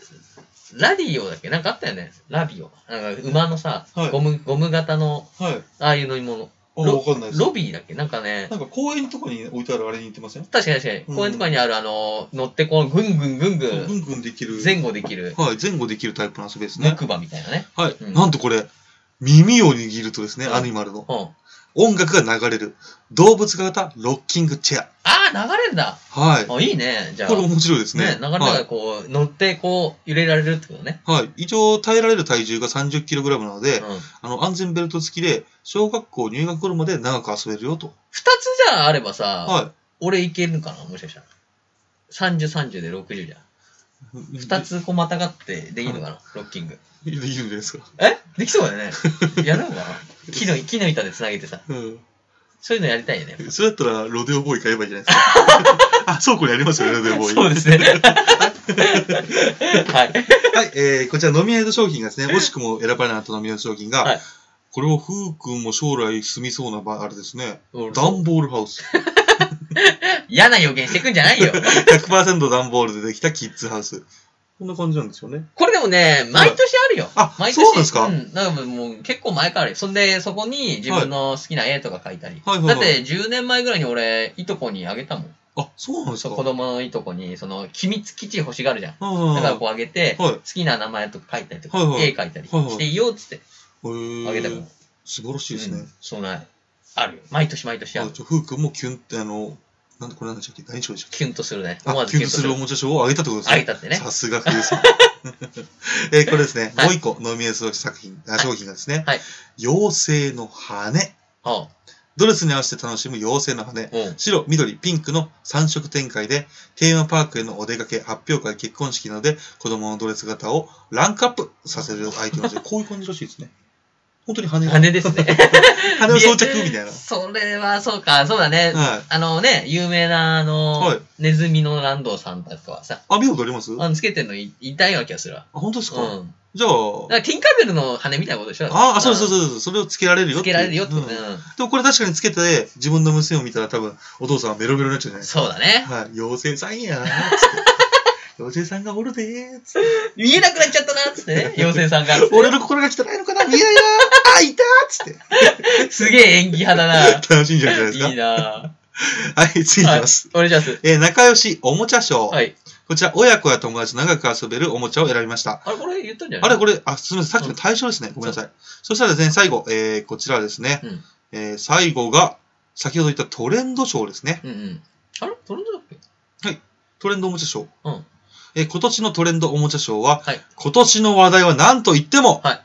B: ラディオだっけなんかあったよね。ラビオ。なんか馬のさ、
C: はい
B: ゴム、ゴム型の、
C: はい。
B: ああいう乗り物。
C: あ
B: ロ
C: わかんないです。
B: ロビーだっけなんかね。
C: なんか公園とかに置いてあるあれに似てません
B: 確かに確か
C: うん
B: に。公園とかにある、あのー、乗ってこう、ぐんぐんぐんぐ
C: ぐ
B: ん、
C: んぐんできる。
B: 前後できる
C: はい。前後できるタイプの遊びですね。
B: 木馬みたいなね。
C: はい。
B: うん
C: なんとこれ、耳を握るとですね、
B: うん
C: アニマルの。
B: うん。あ
C: 音楽が流れる。動物型ロッキングチェア。
B: あー、流れるんだ。
C: はい。
B: あ、いいね。じゃあ。
C: これ面白いですね。
B: ね、流れなが
C: は
B: ら
C: い
B: こう、乗ってこう、揺れられるってことね。
C: はい。一応、耐えられる体重が 30kg なの
B: う
C: で、
B: ん。
C: あの、安全ベルト付きで、小学校入学頃まで長く遊べるよと。
B: 二つじゃああればさ、
C: は
B: 俺いけるのかなもしかしたら。30、30で60じゃん。
C: い。
B: 二。つこうまたがってできるのかな、ロッキング。
C: [LAUGHS] いいんじゃないですか。
B: えできそうだよね。やろうか
C: [LAUGHS]
B: な。木の、木の板で繋げてさ。
C: うん。
B: そういうのやりたいよね。
C: [LAUGHS] それだったら、ロデオボーイ買えばいいじゃないですか。 [LAUGHS] あ、倉庫にあります [LAUGHS] よね、ロデオボーイ。
B: そうですね。 [LAUGHS] はい。
C: はい、えー、こちらノミネート商品がですね、惜しくも選ばれなかったノミネート商品が、
B: はい
C: これをふうくんも将来住みそうな場、あれですね、
B: 俺
C: 段ボールハウス。
B: 嫌な予言してくんじゃないよ。
C: 100%段ボールでできたキッズハウス。こんな感じなんですよね。
B: これでもね、毎年あるよ。
C: あ
B: 毎
C: そうなんですか
B: うん。だからもう結構前からあるよ。そんで、そこに自分の好きな絵とか描いたり。
C: はいはいはいはい
B: だって10年前ぐらいに俺、いとこにあげたもん。
C: あ、そうなんです
B: そう
C: か。
B: 子供のいとこに、その、機密基地欲しがるじゃん。
C: うんうんうん
B: だからこうあげて、
C: はい
B: 好きな名前とか書いたりとか、
C: はいはい
B: 絵描いたり
C: はいはい
B: していいよっつって
C: へー
B: あげたもん。
C: 素晴らしいです
B: う
C: ね
B: ん。そうない。あるよ。毎年毎年あ
C: あ
B: る。
C: ちょふうくんもキュンって、あの、なんでこれなんでしたっけ何賞でしたっけ
B: キュンとするね。思
C: あ
B: わ、ず
C: キ
B: キュ
C: ュン
B: ン
C: と
B: と
C: す
B: す
C: る
B: る
C: お。もちゃ賞をあげたってことです
B: あげ
C: ね。
B: たってね。
C: さす
B: [LAUGHS]
C: が冬さん。えーこれですね、
B: はい
C: もう一個ノミネート作品、あ商品がですね、
B: はい
C: 妖精の羽。
B: あ
C: ドレスに合わせて楽しむ妖精の羽。
B: うん。
C: 白、緑、ピンクの3色展開で、テーマパークへのお出かけ、発表会、結婚式などで、子供のドレス型をランクアップさせるアイテ
B: [LAUGHS]
C: ムです。こういう感じらしいですね。本当に羽が。
B: 羽ですね。
C: 羽を装着みたいな。
B: それは、そうか、そうだね。
C: はい。
B: あのね、有名な、あの、
C: はい
B: ネズミのランドさんとかはさ、
C: あ、見たことあります
B: あ
C: あ、
B: のつけてるのい痛いわけがするわ。
C: 本当です
B: う
C: か、
B: ん。
C: じゃ
B: だか
C: あ、
B: ら、ティンカーベルの羽みたいなことでしょ
C: ああ、そうそう
B: う。
C: そうそう、それをつけられるよ
B: つけられるよって
C: う
B: こ
C: ん
B: と
C: で
B: ね。
C: もこれ確かにつけて、自分の娘を見たら多分、お父さんはメロメロになっちゃうじゃないです
B: そうだね。
C: か。はい。妖精さ
B: [LAUGHS]
C: んやーっつって。妖精さんがおるでーっつって
B: 見えなくなっちゃったな、つって
C: [LAUGHS]
B: ね。妖精さんが。
C: 俺の心が汚いのかな見えないなあ、いたっつって。
B: すげえ演技派だ
C: 楽しんじゃうんじゃ [LAUGHS] ないです
B: な。いいな
C: かはい、次いきます。
B: はいお願いします。
C: えー仲良しおもちゃショー。
B: はい。
C: こちら、親子や友達と長く遊べるおもちゃを選びました。
B: あれ、これ言ったんじゃな
C: あ
B: い
C: れ、これ、あ、すみません、さっきの対象ですね。ごめんなさい。そしたらですね、最後、えー、こちらですね。
B: うん
C: えー、最後が、先ほど言ったトレンドショーですね。
B: うんうん。あれトレンドだっけ
C: トレンドおもちゃショー。
B: うん
C: えー、今年のトレンドおもちゃショーは、
B: はい
C: 今年の話題は何と言っても、
B: はい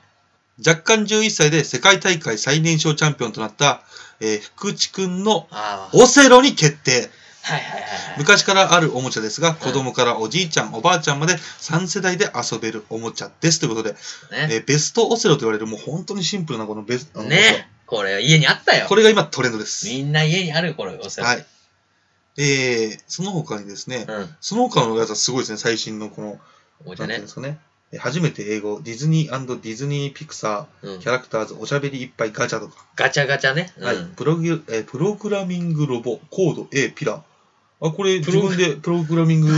C: 若干11歳で世界大会最年少チャンピオンとなった、えー、福地くんの
B: ああ。
C: オセロに決定。
B: はいはいはいはい。
C: 昔からあるおもちゃですが、子供からおじいちゃん、おばあちゃんまで3世代で遊べるおもちゃです。ということで、
B: ね。
C: えーベストオセロと言われる、もう本当にシンプルなこのベスト。あの
B: ね。これ、家にあったよ
C: こ。れが今トレンドです。
B: みんな家にあるよ、これ、お世話。
C: はい。えー、その他にですね、
B: うん。
C: その他のやつはすごいですね、最新のこの、
B: おもち
C: な
B: ゃ
C: んていうん
B: ね
C: で。すかね。えー初めて英語、ディズニーディズニーピクサ
B: う
C: ー、
B: ん
C: キャ。ラクターズ、おしゃべりいっぱいガチャとか、
B: ガチャガチャね。う
C: はい
B: ん。
C: プログ、えープログラミングロボ、コード A、ピラ。あ、これ
B: プ
C: 自
B: ログ
C: 分でプログラミング、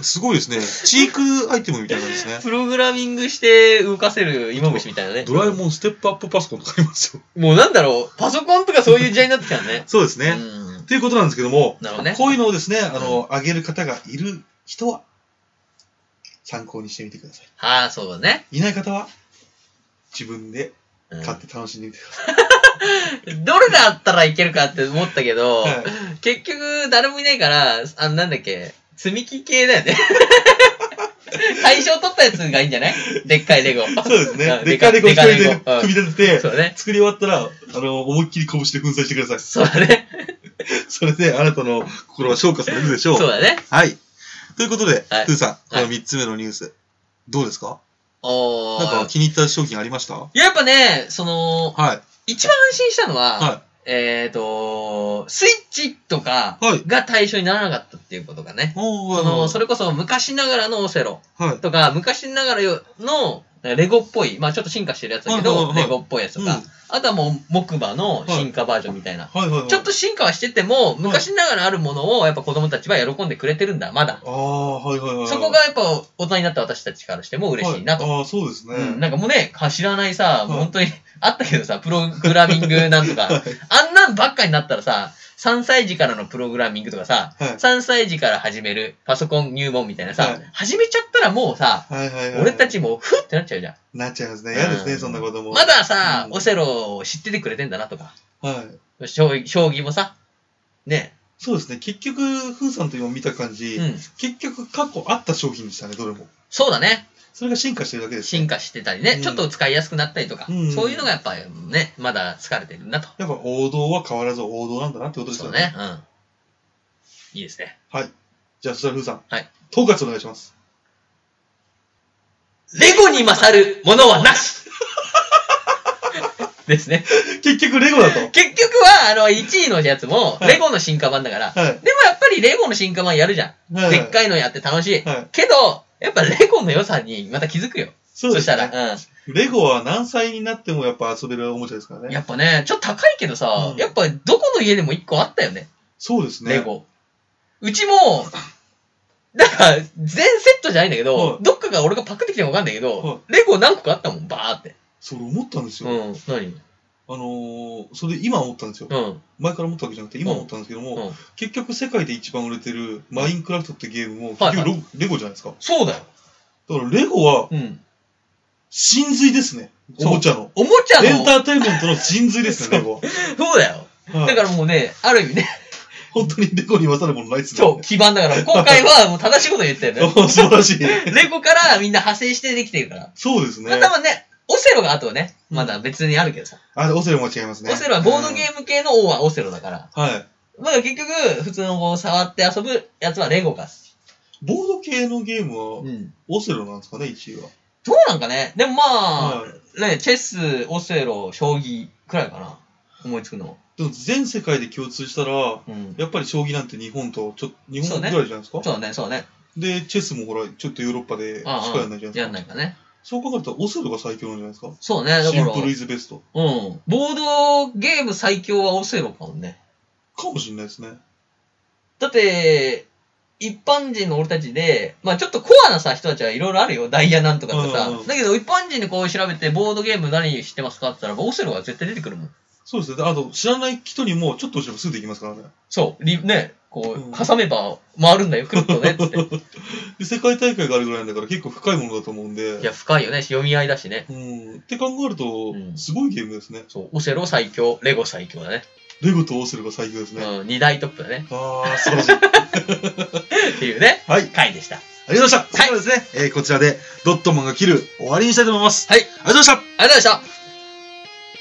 C: すごい [LAUGHS] ですね。チークアイテムみたいなんですね。
B: プログラミングして動かせる芋虫みたいなね。
C: ドラえもんステップアップパソコンとかありますよ。。
B: もうなんだろう、パソコンとかそういう時代になってきたのね
C: そうです
B: う
C: [LAUGHS] ね。っ
B: ん。
C: ていうことなんですけども、
B: なるほどね。
C: こういうのをですね、あの、あげる方がいる人は、参考にしてみてくださ
B: ああ、そうだね。
C: い。いない方は、自分で
B: うん
C: 買って楽しんでみてくださ
B: どれだったらいけるかって思ったけど、
C: い。はい
B: 結局誰もいないから、あの、なんだっけ、積み木系だ
C: [LAUGHS]
B: よね。対象取ったやつがいいんじゃないでっかいレゴ。
C: そうですね
B: う。ん
C: でっかいレゴ一
B: でか
C: 人
B: い
C: で
B: デカうん
C: 組み立てて、
B: そうだね。
C: 作り終わったら、あの、思いっきり拳で粉砕してください。
B: そうだね。
C: それで、あなたの心は消化されるでしょう。
B: そうだね。
C: はい。ということで、
B: はい
C: ふーさん、こ
B: は
C: の
B: い
C: 3つ目のニュース、どうですか
B: お
C: なんか
B: ー。
C: 気に入った商品ありましたはい
B: ややっぱね、その、
C: い。
B: 一番安心したのは、
C: は
B: えっ、と、スイッチとか
C: い。はい。
B: が対象にならなかったっていうことがね。
C: おー
B: そ
C: あの
B: のそれこそ昔ながらのオセロ
C: はい。
B: とか、昔ながらのレゴっぽい、まあちょっと進化してるやつだけ
C: はいはい
B: ど、
C: はい
B: レゴっぽいやつと
C: う
B: か
C: ん、
B: あとはもう木馬の進化バージョンみたいな。
C: はいはいはい。
B: ちょっと進化はしてても、昔ながらあるものをやっぱ子供たちは喜んでくれてるんだ、まだ。
C: ああ、はいはいはい。
B: そこがやっぱ大人になった私たちからしても嬉しいなと。
C: はああ、そうですね。
B: うん、なんかもうね、知らないさ、
C: はい
B: 本当に、あったけどさ、プログラミング [LAUGHS] なんとか、
C: はい
B: あんなんばっかになったらさ、3歳児からのプログラミングとかさ、
C: はい
B: 3歳児から始めるパソコン入門みたいなさ、
C: はい
B: 始めちゃったらもうさ、
C: はいはいはい。
B: 俺たちもふってなっちゃうじゃん。
C: なっちゃいますね。嫌ですね、
B: うん
C: そんなことも。
B: まださ、
C: うん
B: オセロを知っててくれてんだなとか、
C: はい。
B: 将棋将棋もさ、ね、
C: そうですね。結局、ふーさんと今見た感じ、
B: うん、
C: 結局過去あった商品でしたね、どれも。
B: そうだね、
C: それが進化してるだけです、ね。
B: 進化してたりね、
C: うん
B: ちょっと使いやすくなったりとか、
C: うん
B: そういうのがやっぱね、まだ疲れてるなと。
C: やっぱ王道は変わらず王道なんだなってことです
B: そ
C: よ
B: う
C: ね。
B: ね、うん。いいですね。
C: はい。じゃあ、そしたらふーさん。
B: はい。
C: 統括お願いします。
B: レゴに勝るものはな
C: [LAUGHS]
B: しですね。
C: 結局、レゴだと。
B: 結局は、あの、1位のやつも、
C: はい
B: レゴの進化版だから、
C: はい。
B: でもやっぱりレゴの進化版やるじゃん。
C: はい
B: でっかいのやって楽しい。
C: はい。
B: けど、やっぱレゴの良さにまた気づくよ。
C: そ
B: そう
C: です、ね。
B: したら、
C: レゴは何歳になってもやっぱ遊べるおもちゃですから
B: うん。
C: ね
B: や。っぱね、ちょっと高いけどさ、
C: うん
B: やっぱどこの家でも1個あったよね、
C: そうですね。
B: レ。ゴ。うちも、だから、全セットじゃないんだけど、
C: はい
B: どっかが俺がパクってきてもわかんないけど、
C: は
B: レゴ何個かあったもん、バーって。
C: それ思ったんです
B: う
C: よ。
B: ん、何
C: あのー、それ今思ったんですよ。
B: うん、
C: 前から思ったわけじゃなくて、今思ったんですけども、
B: うん。
C: 結局世界で一番売れてるマインクラフトってゲームも、結
B: はい
C: 局ロレゴじゃないですか。
B: そうだよ。
C: だからレゴは
B: うん。
C: 真髄ですね。お
B: そう
C: もちゃの。
B: おもちゃの。
C: エンターテインメントの真髄ですね、レゴは。
B: そうだよ。
C: は
B: だ
C: い
B: からもうね、ある意味ね、
C: 本当にレゴに勝るものないですね。
B: そう、基盤だから、今回はもう正しいこと言ったよ
C: [LAUGHS]
B: ね。
C: お素晴らしい。
B: レゴからみんな派生してできてるから。
C: そうです
B: まあ
C: ね
B: 多。分ね、オセロがあとはね、まだ別にあるけどさ。
C: あれ、オセロも違いますね。
B: オセロはボードゲーム系の王はオセロだから。
C: ム。はい。
B: まあ結局、普通のこう触って遊ぶやつはレゴか。
C: ボード系のゲームは、
B: ん。
C: オセロなんですかね、1位は。
B: どうなんかね。でもまあ
C: は、
B: ね、チェス、オセロ、将棋くらいかな。思いつくの。
C: でも全世界で共通したら、
B: うん。
C: やっぱり将棋なんて日本と、ちょ日
B: そう
C: 本ぐ
B: ね
C: らいじゃないですか、
B: そうだね、そうだね。
C: で、チェスもほら、ちょっとヨーロッパでしか
B: ああ
C: やらないじゃないですか。
B: やんないかね。
C: そう考えると、オセロが最強なんじゃないですか
B: そうね、だか
C: シ
B: ら。
C: ンプルイズベスト。
B: うん。ボードゲーム最強はオセロかもね。
C: かもしれないですね。
B: だって、一般人の俺たちで、まあちょっとコアなさ、人たちはいろいろあるよ。ダイヤなんとかとかさ。
C: うんうん
B: だけど、一般人でこう調べて、ボードゲーム何知ってますかって言ったら、オセロが絶対出てくるもん。
C: そうですね。であと、知らない人にも、ちょっとすればすぐできますからね。
B: そう、りね、こ
C: うん
B: う、挟めば回るんだよ、くるっとね、
C: [LAUGHS]
B: つって。い
C: で、世界大会があるぐらいなんだから、結構深いものだと思うんで。
B: や、深いよね、読み合いだしね。
C: うん。って考えると
B: う、ん
C: すごいゲームですね。
B: そう、オセロ最強、レゴ最強だね。
C: レゴとオセロが最強ですね。
B: うん、二大トップだね。
C: ああ、素晴ら
B: [LAUGHS]
C: しい。
B: っていうね、
C: はい。
B: 回でした。
C: ありがとうございました。最後ですね、えーこちらでドットマンが切る終わりにしたいと思います。
B: はい
C: ありがとうございました。
B: ありがとうございました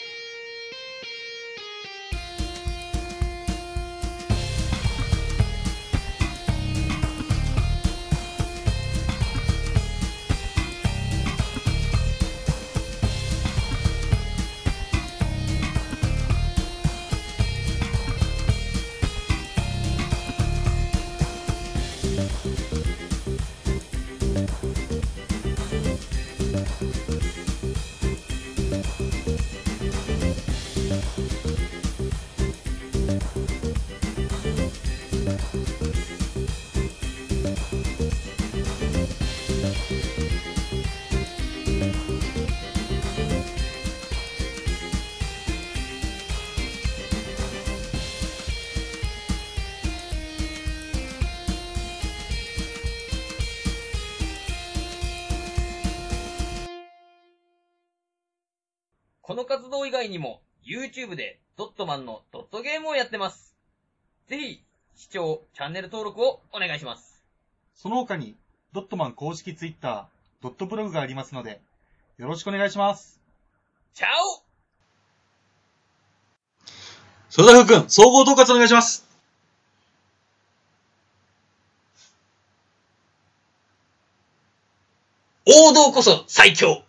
B: この活動以外にも、YouTube でドットマンのドットゲームをやってます。ぜひ、視聴、チャンネル登録をお願いします。
C: その他に、ドットマン公式ツイッター、ドットブログがありますので、よろしくお願いします。
B: チャオ
D: それでは福君、総合統括お願いします。
E: 王道こそ最強